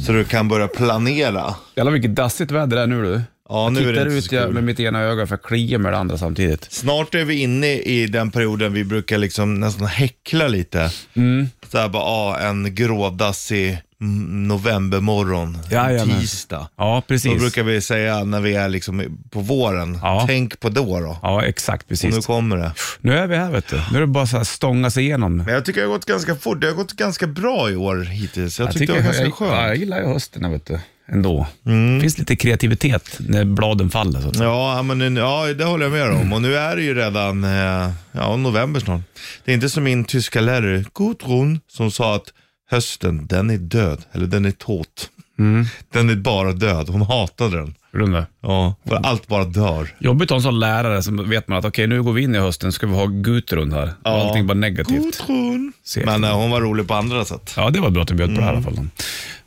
C: Så du kan börja planera.
D: Jävlar vilket dassigt väder det är nu du.
C: Ja,
D: jag
C: nu är det
D: tittar
C: inte
D: ut
C: så
D: jag-
C: kul.
D: med mitt ena öga för jag kliar med det andra samtidigt.
C: Snart är vi inne i den perioden vi brukar liksom nästan häckla lite.
D: Mm.
C: Så här bara, ah, en grådassig mm, novembermorgon, en
D: Jajamän.
C: tisdag.
D: Ja,
C: Då
D: precis.
C: brukar vi säga när vi är liksom på våren,
D: Ja.
C: tänk på då då.
D: Ja, exakt
C: Och
D: precis.
C: nu kommer det.
D: Nu är vi här vet du. Nu är det bara så här stånga sig igenom.
C: Men jag tycker det har gått ganska fort. Det har gått ganska bra i år hittills. Jag, tyckte det var ganska
D: jag, Ja, jag
C: skönt. Mm.
D: gillar ju hösten här, vet du. Ändå. Det finns lite kreativitet när bladen faller. Så att säga.
C: Ja, men, nu- ja, det håller jag med om. Och nu är det ju redan eh, ja, november snart. Det är inte som min tyska lärare Gudrun som sa att hösten, den är död. Eller den är tåt.
D: Mm.
C: Den är bara död. Hon hatade den.
D: Runda.
C: Ja, för allt bara dör.
D: Jobbigt att ha en sån lärare som vet man att okej, nu går vi in i hösten, ska vi ha Guterund här. Och Allting bara negativt.
C: Gudrun.
D: Ser
C: Men
D: jag.
C: eh, hon var rolig på andra sätt. Mm.
D: Ja, det var bra att du bjöd på det här i alla fall.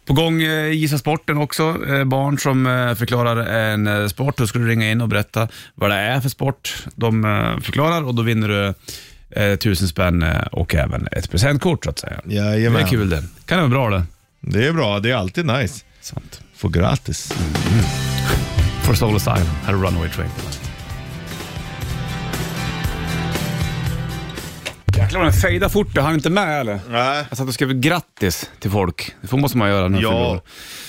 D: På gång eh, Gissa Sporten också. Eh, Barn som eh, förklarar en eh, sport. Då ska du ringa in och berätta vad det är för sport de eh, förklarar och då vinner du eh, tusen spänn eh, och även ett presentkort så att säga.
C: Jajamän.
D: Det är kul det. Kan det vara bra det.
C: Det är bra, det är alltid nice.
D: Sant.
C: Får gratis.
D: For Soul Asylum, här är Runaway Train. Jäklar vad den fejdade fort. Jag hann inte med eller?
C: Nej.
D: Jag satt och skrev grattis till folk. Det får- måste man göra nu. för
C: Ja,
D: igår.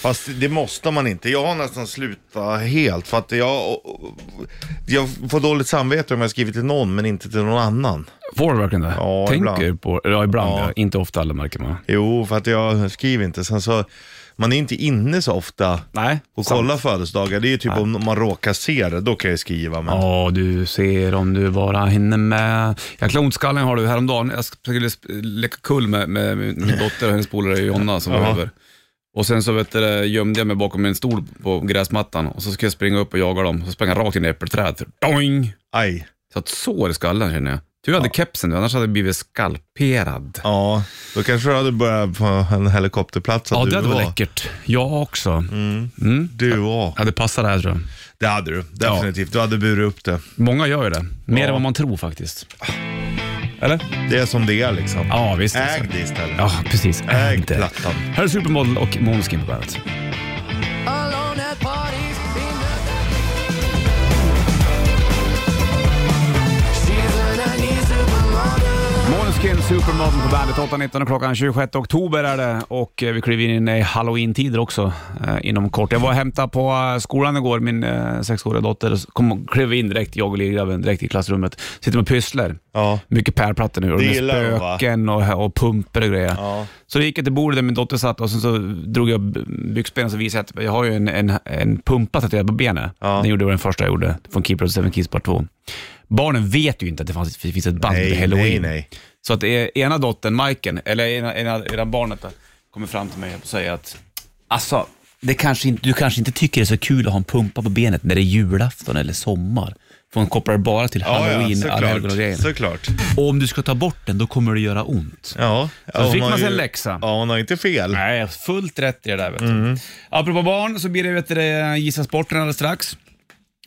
C: fast det måste man inte. Jag har nästan slutat helt för att jag, jag får dåligt samvete om jag skriver till någon men inte till någon annan.
D: Får du verkligen det?
C: Ja,
D: Tänker
C: ibland.
D: på Ja, ibland
C: Ja.
D: ja. Inte ofta alla märker man.
C: Jo, för att jag skriver inte. Sen så, man är inte inne så ofta
D: Nej.
C: och kollar födelsedagar. Det är ju typ om man råkar se det, då kan jag skriva. Men...
D: Ja, du ser om du bara hinner med. Jäkla ondskallen har du häromdagen. Jag skulle sp- leka kull med, med min dotter och hennes polare Jonna som var
C: Ja.
D: över. Och sen så vet du, det, gömde jag mig bakom en stol på gräsmattan och så skulle jag springa upp och jaga dem. Så sprang jag rakt in i äppelträdet. Doing!
C: Aj.
D: Så ett sår i skallen känner jag. Tur jag hade kepsen, annars hade jag blivit skalperad.
C: Ja, då kanske du hade börjat på en helikopterplats. att
D: Ja,
C: du
D: det hade
C: var.
D: varit läckert. Jag också. Mm.
C: Du var.
D: Ja, det passar det här tror jag.
C: Det hade du, definitivt. Du hade burit upp det.
D: Många gör ju det. Mer
C: Ja.
D: än vad man tror faktiskt. Eller?
C: Det är som det är liksom.
D: Ja, visst.
C: Äg det istället.
D: Ja, precis.
C: Äg
D: Ägde.
C: plattan.
D: Här är Supermodel och Måneskin på bandet. Måneskin, Supermodel på bandet. 8.19 och klockan 26 oktober är det och eh, vi kliver in i halloween-tider också eh, inom kort. Jag var och hämtade på eh, skolan igår, min eh, sexåriga dotter så kom och klev in direkt, jag och lillgrabben, direkt i klassrummet. Sitter med pysslar.
C: Ja.
D: Mycket pärlplattor nu. Och
C: Det
D: med
C: gillar de, va?
D: spöken och, och pumper och grejer.
C: Ja.
D: Så gick jag till bordet där min dotter satt och sen så drog jag b- byxbenen och visade att jag har ju en, en, en pumpa tatuerad på benet.
C: Ja.
D: Den gjorde jag den första jag gjorde, från Keeper of the Seven Keys part 2. Barnen vet ju inte att det fanns, Alltså, det finns ett band
C: Nej,
D: med Halloween.
C: nej, nej.
D: Så att eh, ena dottern, Majken, eller ena, ena, ena barnet där, kommer fram till mig och säger att alltså, det kanske inte, du kanske inte tycker det är så kul att ha en pumpa på benet när det är julafton eller sommar. För hon kopplar det bara till
C: Ja, ja,
D: halloween, alla helgon och grejen.
C: såklart. såklart.
D: Och om du ska ta bort den, då kommer det göra ont.
C: Ja.
D: Så
C: hon
D: fick
C: har
D: man sig
C: ju-
D: en läxa.
C: Ja, hon har inte fel.
D: Nej, fullt rätt i det där. Vet du. Apropå barn så blir det, vet du, det Gissa sporten alldeles strax.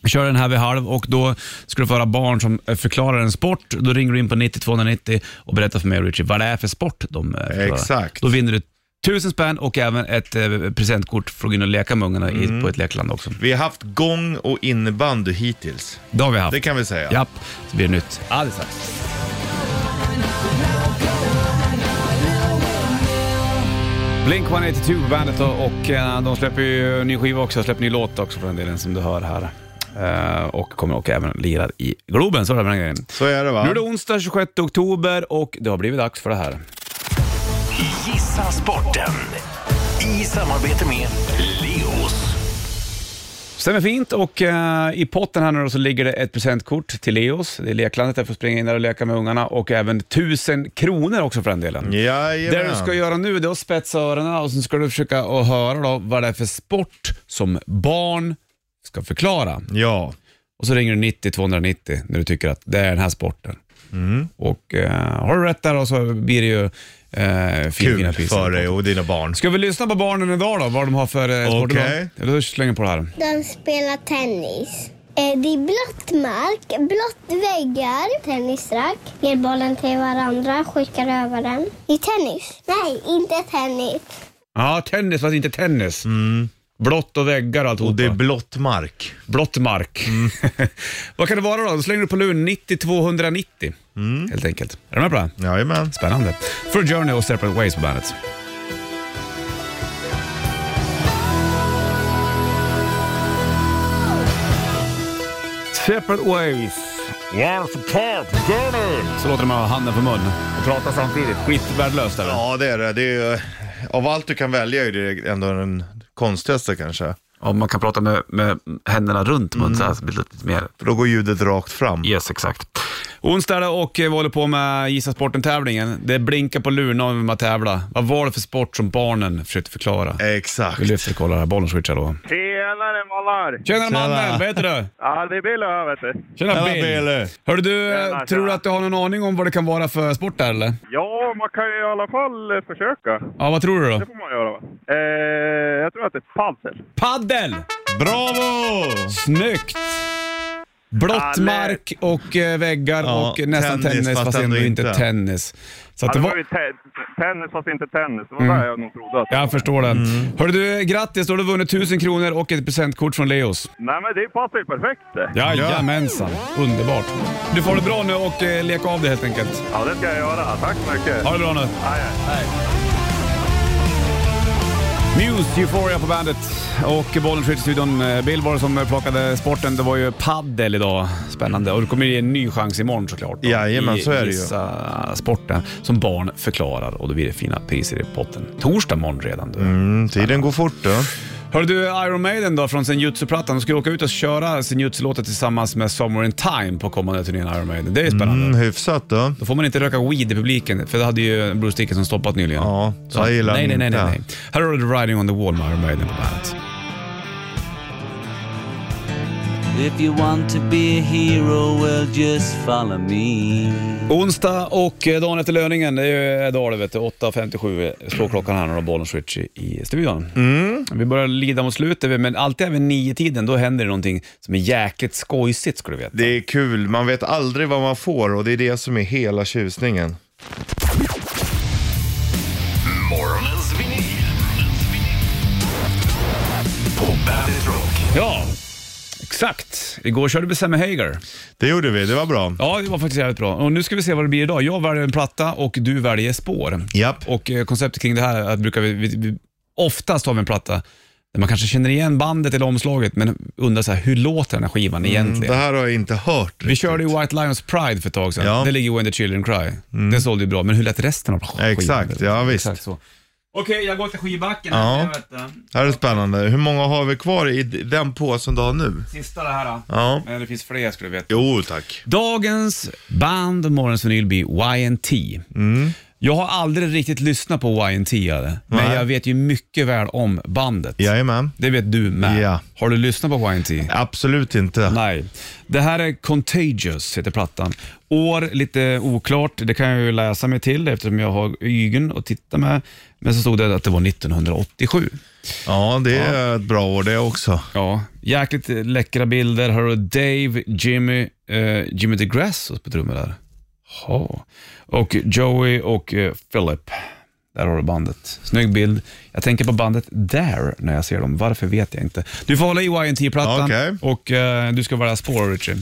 D: Vi Kör den här vid halv och då ska du få höra barn som eh, förklarar en sport. Då ringer du in på 9290 och berättar för mig och Richie vad det är för sport de eh, förklarar.
C: Exakt.
D: Då vinner du tusen spänn och även ett eh, presentkort för att gå in och leka med ungarna i- på ett lekland också.
C: Vi har haft gång och innebandy hittills.
D: Det har vi haft.
C: Det kan vi säga.
D: Japp, så blir det nytt alldeles strax. Blink 182 på bandet och, och eh, de släpper ju ny skiva också, släpper ny låt också för den delen som du hör här. Eh, och kommer och även lira i Globen, så är det med den grejen.
C: Så är det va?
D: Nu är det onsdag 26 oktober och det har blivit dags för det här.
G: Gissa sporten. I samarbete med Leos.
D: Stämmer fint och eh, i potten här nu då så ligger det ett presentkort till Leos. Det är leklandet, där får springa in där och leka med ungarna och även tusen kronor också för den delen. Det du
C: Jajamän.
D: ska göra nu det är att spetsa öronen och sen ska du försöka att höra då vad det är för sport som barn ska förklara.
C: Ja.
D: Och så ringer du 90 290 när du tycker att det är den här sporten.
C: Mm.
D: Och eh, har du rätt där då så blir det ju eh, fina
C: Kul
D: priser.
C: för dig och dina barn.
D: Ska vi lyssna på barnen idag då, vad de har för eh, sport idag?
C: Okej.
D: Ja, Då slänger jag på det här.
J: De spelar tennis. Eh, Det är blått mark, blått väggar, tennisrack. Ger bollen till varandra, skickar över den. I tennis? Nej, inte tennis.
D: Ja, tennis fast inte tennis. Blått och väggar och alltihopa.
C: Mm. Och det är Mm. blått mark.
D: Blått mark. Vad kan det vara då? Då slänger du på luren 90 290.
C: Mm.
D: Helt enkelt. Är du med på det? här?
C: Jajamän.
D: Spännande. För Journey och Separate Ways på bandet. Separate Ways. Once apart, Journey. Så låter de ha handen för mun och pratar samtidigt. Skitvärdelöst är det.
C: Ja det är det. det är ju, av allt du kan välja är det ändå den konstigaste kanske.
D: Om man kan prata Mm. med, med händerna runt munnen så här så blir det lite mer
C: För då går ljudet rakt fram.
D: Yes, exakt. Onsdag är det och eh, vi håller på med Gissa Sporten-tävlingen. Det blinkar på luren när man tävlar. Vad var det för sport som barnen försökte förklara?
C: Exakt.
D: Vi lyfter och kollar här. Bollen switchar då.
K: Tjenare mallar!
D: Tjena,
C: Tjena.
D: mannen, vad heter du?
K: Ja, det är Bill här vet du.
D: Tjena
C: Tjena,
D: Bill.
C: Billy.
D: Hörru du, eh,
K: Tjena,
D: tror du
K: tjena.
D: att du har någon aning om vad det kan vara för sport där eller?
K: Ja, man kan ju i alla fall eh, försöka.
D: Ja, vad tror du då?
K: Det får man göra va? Eh, jag tror att det är padel.
D: Paddel!
C: Bravo!
D: Snyggt! Blått
K: Ja, lätt.
D: mark och eh, väggar
C: Ja,
D: och nästan
C: tennis,
D: tennis,
C: fast
D: fast ändå
C: ändå
D: inte
C: inte.
D: tennis. Så att
K: Ja, Alltså, det
D: det
K: var Mm.
D: var...
K: ju te- tennis fast inte tennis. Det var där jag nog trodde att det var.
D: Jag förstår den.
C: Mm.
D: Hörru du, grattis! Då har du vunnit 1000 kronor och ett presentkort från Leos.
K: Nej men det passar ju perfekt det.
D: Jajamensan, underbart. Du får det bra nu och eh, leka av det helt enkelt.
K: Ja, det ska jag göra. Tack så mycket.
D: Ha det bra nu.
K: Hej, hej.
D: Muse, Euphoria på bandet och bollen skjuts i studion. Eh, Bill var det som plockade sporten. Det var ju paddel idag. Spännande. Och det kommer ju en ny chans imorgon såklart. då.
C: Jajamän,
D: I,
C: så är det ju.
D: Gissa sporten som barn förklarar och då blir det fina priser i potten. Torsdag morgon redan. Du.
C: Mm, tiden går fort då.
D: Hör du Iron Maiden då från Senjutsu-plattan. De ska ju åka ut och köra Senjutsu-låten tillsammans med Somewhere in Time på kommande turnén Iron Maiden. Det är ju spännande.
C: Mm, hyfsat då.
D: Då får man inte röka weed i publiken, för det hade ju Bruce Dickinson stoppat nyligen.
C: Ja,
D: Så
C: jag gillar
D: nej, nej, nej, nej,
C: inte.
D: nej. Här har du Riding on the Wall med Iron Maiden på bandet.
F: If you want to be a hero, well, just follow me.
D: Onsdag och eh, dagen efter löningen, det är ju idag det vet du. 8.57 slår klockan här när de bollen switch i- i studion.
C: Mm.
D: Vi börjar lida mot slutet, men alltid även nio tiden då händer det någonting som är jäkligt skojsigt skulle du veta.
C: Det är kul, man vet aldrig vad man får och det är det som är hela tjusningen.
G: Morgonens vinyl. På Bandit Rock.
D: Ja, exakt. Igår körde vi Sammy Hagar.
C: Det gjorde vi, det var bra.
D: Ja, det var faktiskt jävligt bra. Och nu ska vi se vad det blir idag. Jag väljer en platta och du väljer spår.
C: Japp.
D: Och eh, konceptet kring det här är att brukar vi, vi, vi oftast har vi en platta där man kanske känner igen bandet eller omslaget, men undrar så här, hur låter den här skivan egentligen?
C: Mm, Det här har jag inte hört.
D: vi körde ju White Lions Pride för ett tag sedan.
C: Ja.
D: Det ligger When the Children Cry. Den sålde ju bra, men hur lät resten av skivan?
C: Exakt, ja visst.
D: Exakt så. Okej, jag går till skivbacken.
C: här, Ja.
D: Ja.
C: jag Det här är spännande. Hur många har vi kvar i d- den påsen du har nu?
D: Sista det här.
C: Ja.
D: Men det finns fler skulle du veta.
C: Jo, tack.
D: Dagens band och morgons vinyl blir YNT.
C: Mm.
D: Jag har aldrig riktigt lyssnat på YNT, eller, eh, men
C: Nej.
D: jag vet ju mycket väl om bandet.
C: Jajamän.
D: Det vet du med.
C: Ja.
D: Har du lyssnat på YNT?
C: Absolut inte.
D: Nej. Det här är Contagious, heter plattan. År, lite oklart. Det kan jag ju läsa mig till eftersom jag har ögon att titta med. Men så stod det att det var 1987.
C: Ja, det är ett bra år det också.
D: Ja, jäkligt eh, läckra bilder. Här har du Dave, Jimmy, eh, Jimmy DeGrasse på trummor där. Ja. Och Joey och eh, Philip. Där har du bandet. Snygg bild. Jag tänker på bandet There när jag ser dem. Varför vet jag inte. Du får hålla i YNT-plattan
C: Okej.
D: och eh, du ska välja spår, Richard.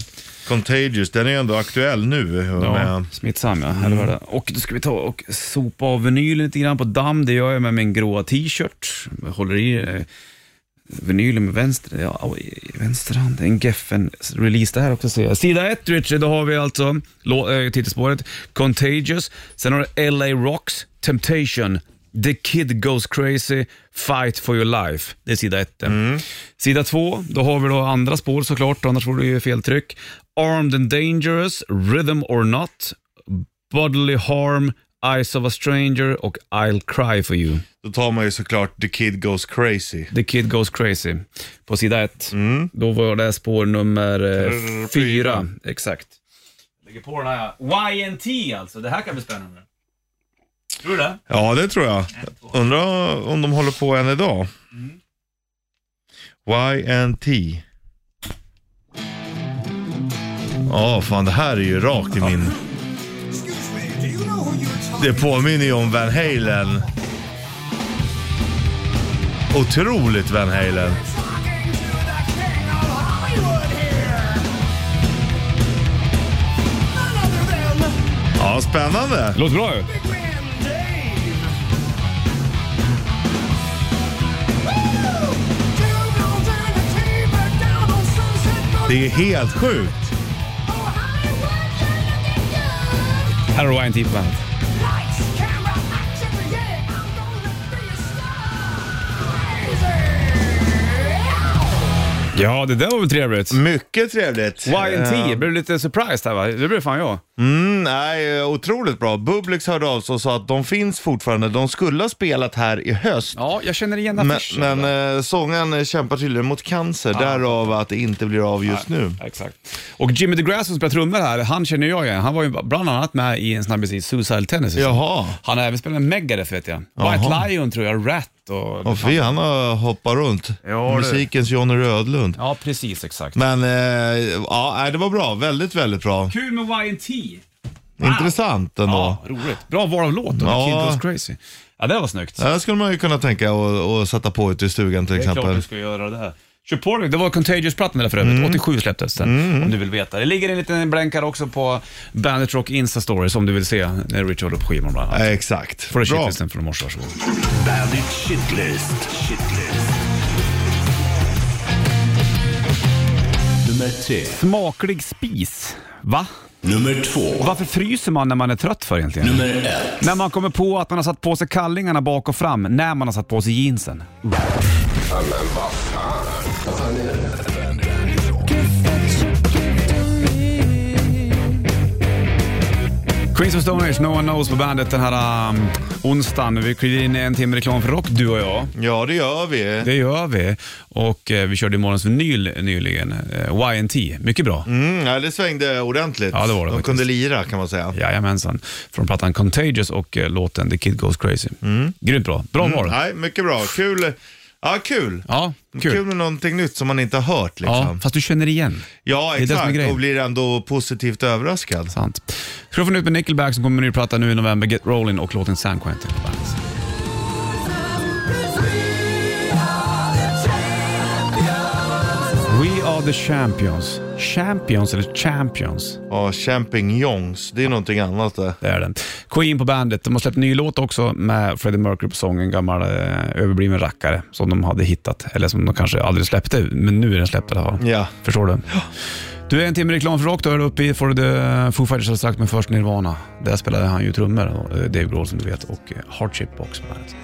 C: Contagious, den är ju ändå aktuell nu.
D: Ja,
C: Med,
D: smittsam ja. Eller vad det är. Och då ska vi ta och sopa av vinylen lite grann på damm. Det gör jag med min gråa t-shirt. Jag håller i eh, vinylen med vänster, ja, au, i vänster hand. En Geffen-release det här också ser jag. Sida 1 Richard, då har vi alltså lå- eh, titelspåret Contagious. Sen har du LA Rocks, Temptation. The Kid Goes Crazy, Fight For Your Life. Det är sida ett. Sida två, då har vi då andra spår såklart, annars vore det ju feltryck. Armed and Dangerous, Rhythm or Not, Bodily Harm, Eyes of a Stranger och I'll Cry For You.
C: då tar man ju såklart The Kid Goes Crazy.
D: The Kid Goes Crazy på sida ett. Då var det spår nummer eh, Mm. fyra. Exakt. Jag lägger på den här. YNT alltså. Det här kan bli spännande. Tror du det?
C: Ja, det tror jag. Undrar om de håller på än idag. YNT. Ja, fan det här är ju rakt i min... Det påminner ju om Van Halen. Otroligt Van Halen. Ja, spännande.
D: Låter bra ju.
C: Det är helt sjukt.
D: Här har du YNT på bandet. Ja, det där var väl trevligt.
C: Mycket trevligt.
D: Y&T,
C: Eh,
D: blev lite surprised här va? Det blev fan jag.
C: Mm, nej, otroligt bra. Publix hörde av sig och sa att de finns fortfarande. De skulle ha spelat här i höst.
D: Ja, jag känner igen
C: Men,
D: affischen.
C: men eh, sångaren eh, kämpar tydligen mot cancer, därav att det inte blir av just nu.
D: Exakt. Och Jimmy DeGrasse som spelar trummor här, han känner jag igen. Han var ju bland annat med i en snabbis i Suicide Tennis.
C: Jaha.
D: Han har även spelat med Megadeth vet jag.
C: Jaha.
D: White Lion tror jag, Rat och...
C: Och fy, han har hoppat runt.
D: Ja, det-
C: Musikens Johnny Rödlund.
D: Ja, precis exakt.
C: Men eh, ja, nej, det var bra. Väldigt, väldigt bra.
D: Kul med Y&T.
C: Intressant ändå.
D: Ja, roligt. Bra val av låt. Ja.
C: Ja.
D: Kid Goes Crazy. Ja, det var snyggt.
C: Ja. Där skulle man ju kunna tänka och, och sätta på ute i stugan till
D: Det är klart
C: exempel. Mm.
D: du ska göra det här. Kör på dig. Det var Contagious-plattan där för övrigt. 87 släpptes den, om du vill veta. Det ligger en liten blänkare också på Bandit Rock Insta-stories om du vill se när Rich håller på skivan bland annat.
C: Eh, Exakt.
D: Får du
C: Bra.
D: shitlisten från i morse, varsågod.
G: Bandit Shitlist. Shitlist. Nummer tre.
D: Smaklig spis. Va?
G: Nummer två.
D: Varför fryser man när man är trött för egentligen?
G: Nummer ett.
D: När man kommer på att man har satt på sig kallingarna bak och fram när man har satt på sig jeansen. Queens of Stone Age, No One Knows på bandet den här um, onsdagen. Vi kliver in i en timme reklam för rock, du och jag.
C: Ja, det gör vi.
D: Det gör vi. Och eh, vi körde ju morgons vinyl nyligen, eh, YNT. Mycket bra.
C: Mm, ja, det svängde ordentligt.
D: Ja, det var det
C: De
D: faktiskt.
C: kunde lira kan man säga.
D: Jajamensan. Från plattan Contagious och eh, låten The Kid Goes Crazy. Grymt bra. Bra mm. morgon.
C: Nej, mycket bra. Kul. Ja, kul.
D: Ja,
C: Kul.
D: kul.
C: med någonting nytt som man inte har hört
D: Ja,
C: liksom. Ja,
D: fast du känner igen. det är det som är
C: exakt.
D: grejen.
C: och blir ändå positivt överraskad.
D: Sant. Ska du få nytt med Nickelback som kommer med en ny platta nu i november, Get Rollin' och låten San Quentin. på bandet. We are the champions. Champions eller champions?
C: Ja, champignons, det är någonting annat det.
D: Det är den. Queen på bandet. De har släppt en ny låt också med Freddie Mercury på sång, en gammal eh, överbliven rackare som de hade hittat, eller som de kanske aldrig släppte, men nu är den släppt i alla fall.
C: Ja.
D: Förstår du? Du är en timme reklam för rock, då är du uppe i får du Foo Fighters alldeles strax, men först Nirvana. Där spelade han ju trummor, och, eh, Dave Grohl som du vet, och eh, Hardship också på bandet.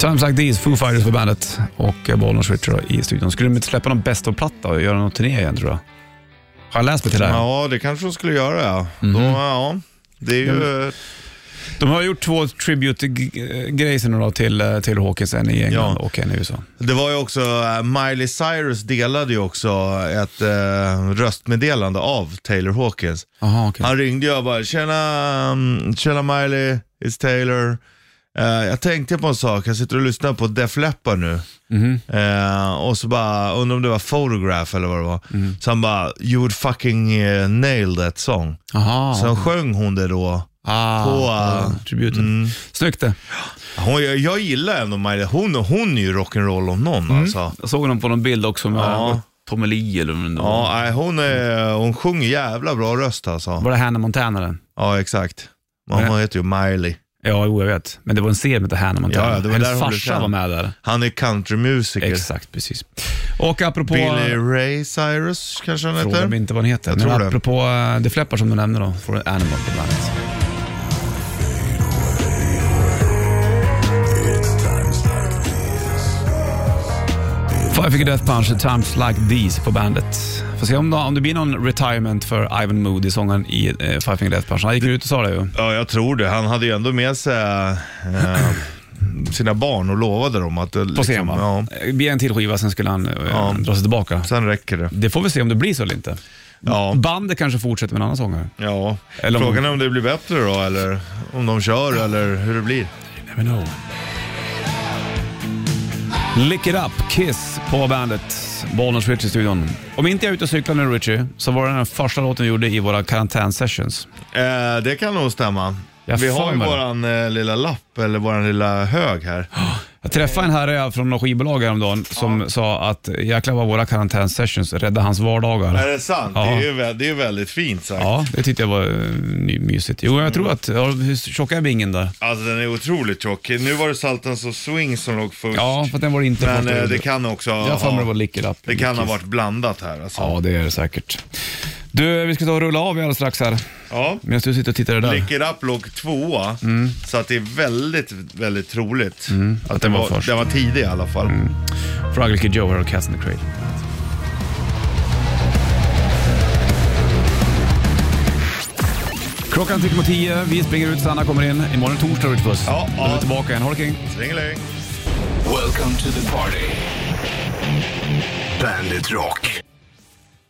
D: Times Like These, Foo Fighters för bandet och eh, Bollnäs Richard då i studion. Skulle de inte släppa någon Best of-platta och göra någon turné igen tror jag? Har jag läst mig till det Mhm. här?
C: Ja, det kanske de skulle göra ja. Då, ja. Det är ju...
D: De har gjort två tribute-grejer nu då till, eh, till Hawkins, en i England
C: Ja.
D: och en i USA.
C: Det var ju också, eh, Miley Cyrus delade ju också ett eh, röstmeddelande av Taylor Hawkins.
D: Aha, okej.
C: Han ringde ju och bara, tjena, mm, tjena Miley, it's Taylor. Eh, jag tänkte på en sak, jag sitter och lyssnar på Def Leppard nu. Eh, och så bara, undrar om det var Photograph eller vad det var. Så han bara, you would fucking eh, nail that song.
D: Aha.
C: Sen sjöng hon det då.
D: ah,
C: Ah, på,
D: ja,
C: eh,
D: tributen. Snyggt det.
C: Hon, jag, jag gillar ändå Miley, hon, hon är ju rock'n'roll om någon alltså.
D: Jag såg honom på någon bild också med
C: Ja.
D: Tommy Lee eller vad det var.
C: Ja, nej, hon, är, hon sjunger jävla bra röst alltså.
D: Var det Hannah Montana den?
C: Ja, exakt. Men hon heter ju Miley.
D: Ja, jo, jag vet. Men det var en serie med Hannah Montana.
C: Ja, ja, det var där
D: Hennes
C: hon blev
D: farsa
C: känd.
D: var med där.
C: Han är countrymusiker.
D: Exakt, precis. Och apropå...
C: Billy Ray Cyrus kanske han
D: Frågar mig
C: heter.
D: inte vad den heter.
C: Jag
D: men
C: tror det.
D: apropå eh, det. The Flappar som du nämnde då, från Animal på bandet. Five Finger Death Punch, A Times Like These på bandet. Får se om det, om det blir någon retirement för Ivan Moody, sångaren i eh, Five Finger Death Punch. Han gick ju ut och sa det ju.
C: Ja, jag tror det. Han hade ju ändå med sig eh, sina barn och lovade dem att... eh,
D: På
C: liksom,
D: scen va?
C: ja,
D: Det blir en till skiva, sen skulle han eh,
C: Ja.
D: dra sig tillbaka.
C: Sen räcker det.
D: Det får vi se om det blir så eller inte.
C: Ja,
D: Bandet kanske fortsätter med en annan sångare.
C: ja.
D: Mm. Eller om-
C: Frågan är om det blir bättre då, eller om de kör, eller hur det blir.
D: Never know. Lick it up, Kiss på bandet. Bollnäs Richie i studion. Om inte jag är ute och cyklar nu Richie, så var det den första låten vi gjorde i våra karantänsessions.
C: Eh, det kan nog stämma.
D: Jag
C: Vi har ju
D: formar det.
C: våran eh, lilla lapp, eller våran lilla hög här.
D: Jag träffade en herre från något skivbolag häromdagen som sa att jäklar vad våra karantänsessions räddade hans vardagar.
C: Är det sant?
D: Ja.
C: Det är ju vä- det är ju väldigt fint sagt.
D: Ja, det tyckte jag var eh, my- mysigt. Jo, jag tror att... Ja, hur tjock är bingen där?
C: Alltså den är otroligt tjock. Nu var det Saltans och Swing som låg först.
D: Ja, för den var det inte
C: Men
D: första
C: eh,
D: ljudet.
C: det kan också
D: Jag har för mig det
C: ha,
D: var Lick it up.
C: det kan ha
D: Kiss.
C: varit blandat här alltså.
D: Ja, det är det säkert. Du, vi ska ta och rulla av alldeles strax här.
C: Ja.
D: Medan du sitter och tittar i det där.
C: Lick It Up låg tvåa, så att det är väldigt, väldigt troligt att,
D: den
C: den
D: var
C: var,
D: först.
C: den var tidig i alla fall.
D: Fraggle Kid Joe här och Cast in the Cradle. Klockan tickar mot tio, vi springer ut, Sanna kommer in. Imorgon är torsdag, Ritchbuss.
C: Ja,
D: Då är vi
C: ja.
D: tillbaka igen. Ha det kring.
C: Tringeling.
G: Welcome to the party. Bandit Rock.